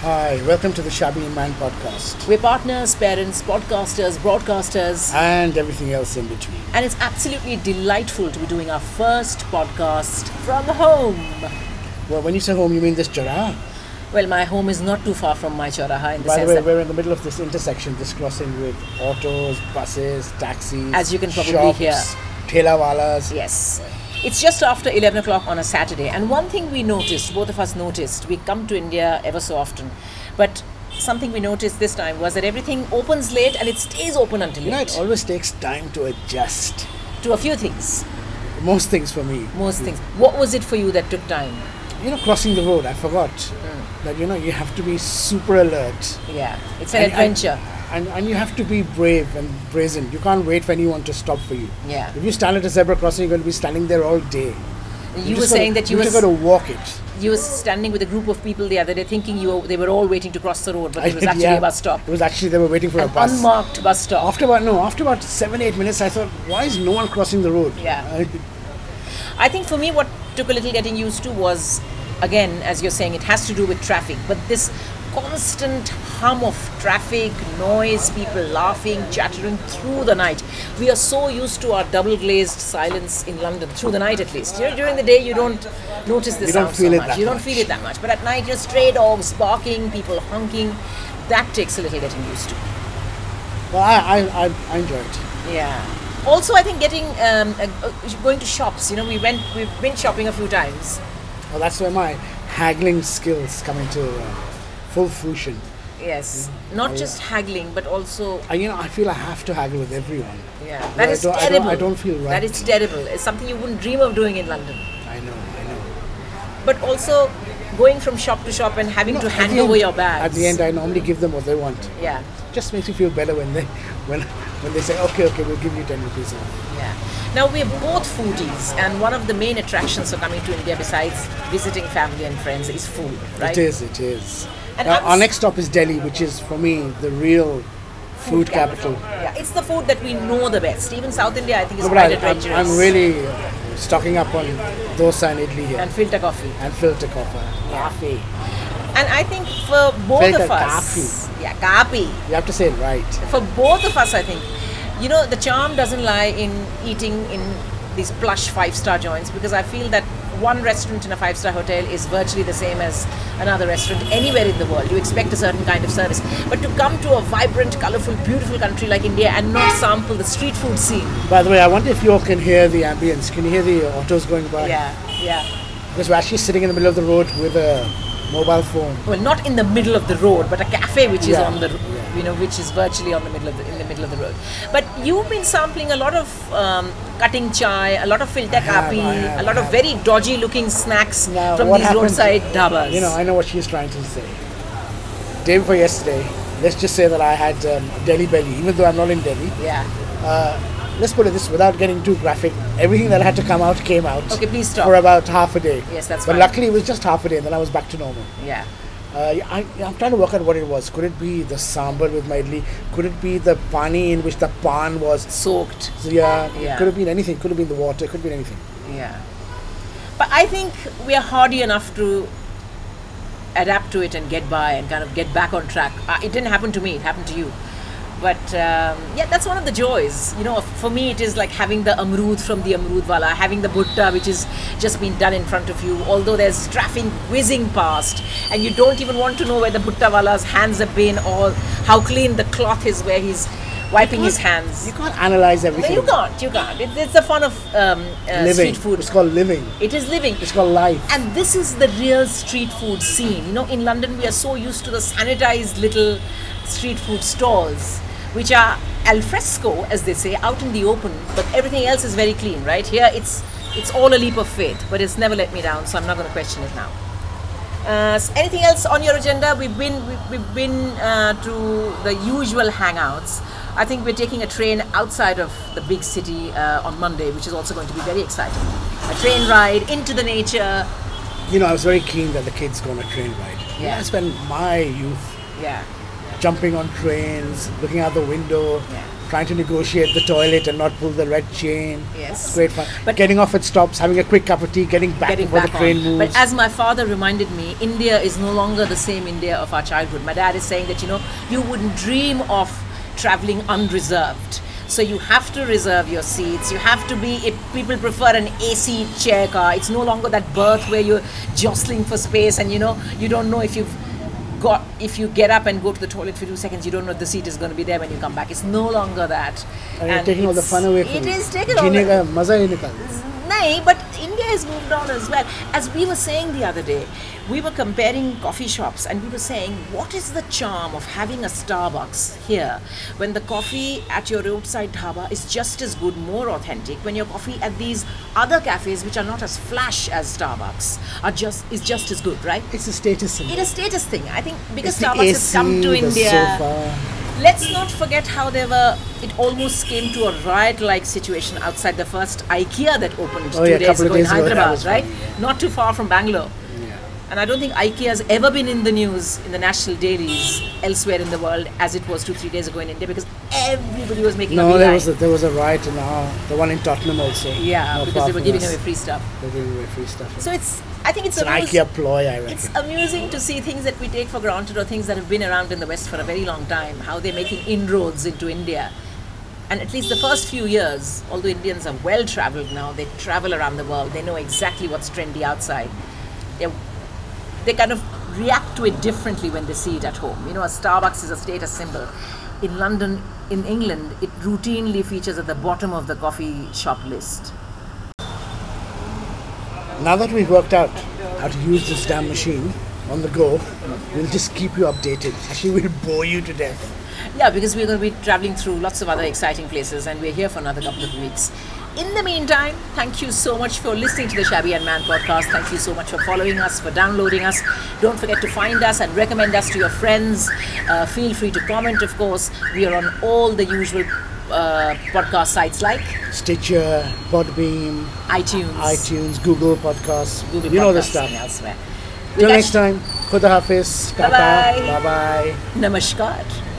Hi, welcome to the Shabby in Mind podcast We're partners, parents, podcasters, broadcasters, and everything else in between. and it's absolutely delightful to be doing our first podcast from home. Well, when you say home, you mean this chara. Well, my home is not too far from my choraha in the By the sense way, that we're in the middle of this intersection, this crossing with autos, buses, taxis, As you can probably shops, hear. Thela walas. Yes. It's just after 11 o'clock on a Saturday. And one thing we noticed, both of us noticed, we come to India ever so often. But something we noticed this time was that everything opens late and it stays open until You know, late. it always takes time to adjust. To a few things, Most things for me. most things. What was it for you that took time? You know, crossing the road, I forgot Hmm. that, you know, you have to be super alert. Yeah. It's an adventure. And, and, you have to be brave and brazen. You can't wait for anyone to stop for you. Yeah. If you stand at a zebra crossing, you're going to be standing there all day. you were just saying gotta, that you, you were. just got to walk it. You were standing with a group of people the other day thinking you were, they were all waiting to cross the road, but it was actually Yeah. a bus stop. It was actually they were waiting for An a bus. unmarked bus stop. after about no, after about seven eight minutes, I thought, why is no one crossing the road? Yeah. I, I think for me, what took a little getting used to was, again, as you're saying, it has to do with traffic, but this constant hum of traffic, noise, people laughing, chattering through the night. We are so used to our double glazed silence in London, through the night at least. You know, during the day, you don't notice the You don't sound so feel it much. that you don't much. feel it that much. But at night, your stray dogs barking, people honking. That takes a little getting used to. well, I, I, I, I enjoyed. it. Yeah. Also, I think getting um, uh, uh, going to shops. You know, we went we've been shopping a few times. Well, that's where my haggling skills come into uh, full fruition. Yes. Mm. Not just haggling, but also I, you know, I feel I have to haggle with everyone. yeah. No, That I is don't- I don't- terrible. I don't feel right. That is terrible. It's something you wouldn't dream of doing in London. I know, I know. But also going from shop to shop and having No, to at hand the over end- your bags. At the end, I normally give them what they want. Yeah. Just makes me feel better when they, when, when they say, okay, okay, we'll give you ten rupees. off." Yeah. Now we're both foodies, and one of the main attractions for coming to India, besides visiting family and friends, is food, right? It is, it is. And now, I'm our s- next stop is Delhi, which is for me the real food capital. Yeah, it's the food that we know the best. Even South India, I think, is No, but quite I, I'm, adventurous. I'm really uh, stocking up on dosa and idli here and and, filter coffee. filter coffee. Coffee. And I think for both Filter of us, yeah, kapi. You have to say it right. For both of us, I think, you know, the charm doesn't lie in eating in these plush five-star joints because I feel that one restaurant in a five-star hotel is virtually the same as another restaurant anywhere in the world. You expect a certain kind of service, but to come to a vibrant, colorful, beautiful country like India and not sample the street food scene, By the way, I wonder if you all can hear the ambience. Can you hear the autos going by? yeah, yeah. Because we're actually sitting in the middle of the road with a mobile phone. well not in the middle of the road but a cafe which is Yeah. on the you know which is virtually on the middle of the, in the middle of the road but you've been sampling a lot of um, cutting chai a lot of filter have, kapi I have, a lot I of very dodgy looking snacks Now, from what these happened- roadside dhabas You know, I know what she's trying to say. Day before yesterday, let's just say that I had um, Delhi belly, even though I'm not in Delhi. yeah Uh, let's put it this without getting too graphic. Everything that had to come out came out. Okay, please stop. For about half a day. Yes, that's But fine. luckily, it was just half a day, and then I was back to normal. yeah Uh, yeah, I, yeah, I'm trying to work out what it was. Could it be the sambar with my idli? Could it be the pani in which the pan was? soaked So, yeah, Yeah. it could have been anything. Could have been the water. Could have been anything. yeah but i think we are hardy enough to adapt to it and get by and kind of get back on track. Uh, it didn't happen to me, it happened to you. But um, yeah, that's one of the joys. You know, for me, it is like having the amrud from the amrudwala, having the bhutta, which is just been done in front of you, although there's traffic whizzing past, and you don't even want to know where the bhuttawala's hands have been or how clean the cloth is where he's wiping his hands. You can't analyze No, everything. you can't, you can't. It, it's the fun of um, uh, Living. street food. It's called living. It is living. It's called life. And this is the real street food scene. You know, in London, we are so used to the sanitized little street food stalls, which are al fresco, as they say, out in the open, but everything else is very clean, right? Here, it's it's all a leap of faith, but it's never let me down, so I'm not going to question it now. Uh, s- anything else on your agenda? We've been we've, we've been uh, to the usual hangouts. I think we're taking a train outside of the big city uh, on Monday, which is also going to be very exciting. A train ride into the nature. You know, I was very keen that the kids go on a train ride. You know, Yeah. I spent my youth Yeah, jumping on trains, looking out the window, Yeah. trying to negotiate the toilet and not pull the red chain. Yes. Great fun. But But- getting off at stops, having a quick cup of tea, getting back getting before back the train on. moves. But as my father reminded me, India is no longer the same India of our childhood. My dad is saying that you know you wouldn't dream of traveling unreserved. So you have to reserve your seats. You have to be. It, people prefer an AC chair car. It's no longer that berth where you're jostling for space and you know you don't know if you've got if you get up and go to the toilet for two seconds you don't know if the seat is going to be there when you come back it's no longer that and you're taking all the it's- fun away from it it. is taken all जीने the- का मजा ही निकाल दिया। Nay, but India has moved on as well. As we were saying the other day, we were comparing coffee shops and we were saying, what is the charm of having a Starbucks here when the coffee at your roadside dhaba is just as good, more authentic, when your coffee at these other cafes, which are not as flash as Starbucks, are just is just as good, right? It's a status symbol. It's a status thing. I think because It's the Starbucks has AC, come to the India. sofa. Let's not forget how they were. It almost came to a riot-like situation outside the first IKEA that opened Oh, two yeah, days couple of ago days in ago, that Hyderabad, was right? Not too far from Bangalore. And I don't think IKEA has ever been in the news in the national dailies elsewhere in the world as it was two, three days ago in India because everybody was making a No, beeline. there was a, there was a riot in our, the one in Tottenham also. yeah, not because far they were from giving us. away free stuff. They're giving away free stuff. So it's. I think it's, it's a an news- IKEA ploy, I reckon. It's amusing to see things that we take for granted or things that have been around in the West for a very long time, how they're making inroads into India. And at least the first few years, although Indians are well traveled now, they travel around the world, they know exactly what's trendy outside. They're, they kind of react to it differently when they see it at home. You know, a Starbucks is a status symbol. In London, in England, it routinely features at the bottom of the coffee shop list. Now that we've worked out how to use this damn machine on the go, we'll just keep you updated. Actually, we'll bore you to death. Yeah, because we're going to be traveling through lots of other exciting places and we're here for another couple of weeks. In the meantime, thank you so much for listening to the Shabby and Man podcast. Thank you so much for following us, for downloading us. Don't forget to find us and recommend us to your friends. Uh, feel free to comment, of course. We are on all the usual uh, podcast sites like Stitcher, Podbeam, iTunes, iTunes, Google Podcasts, Google you know the Podcasts stuff. and elsewhere. Till next time, Khuda Hafiz, Tata, Bye-bye. bye bye. Namaskar.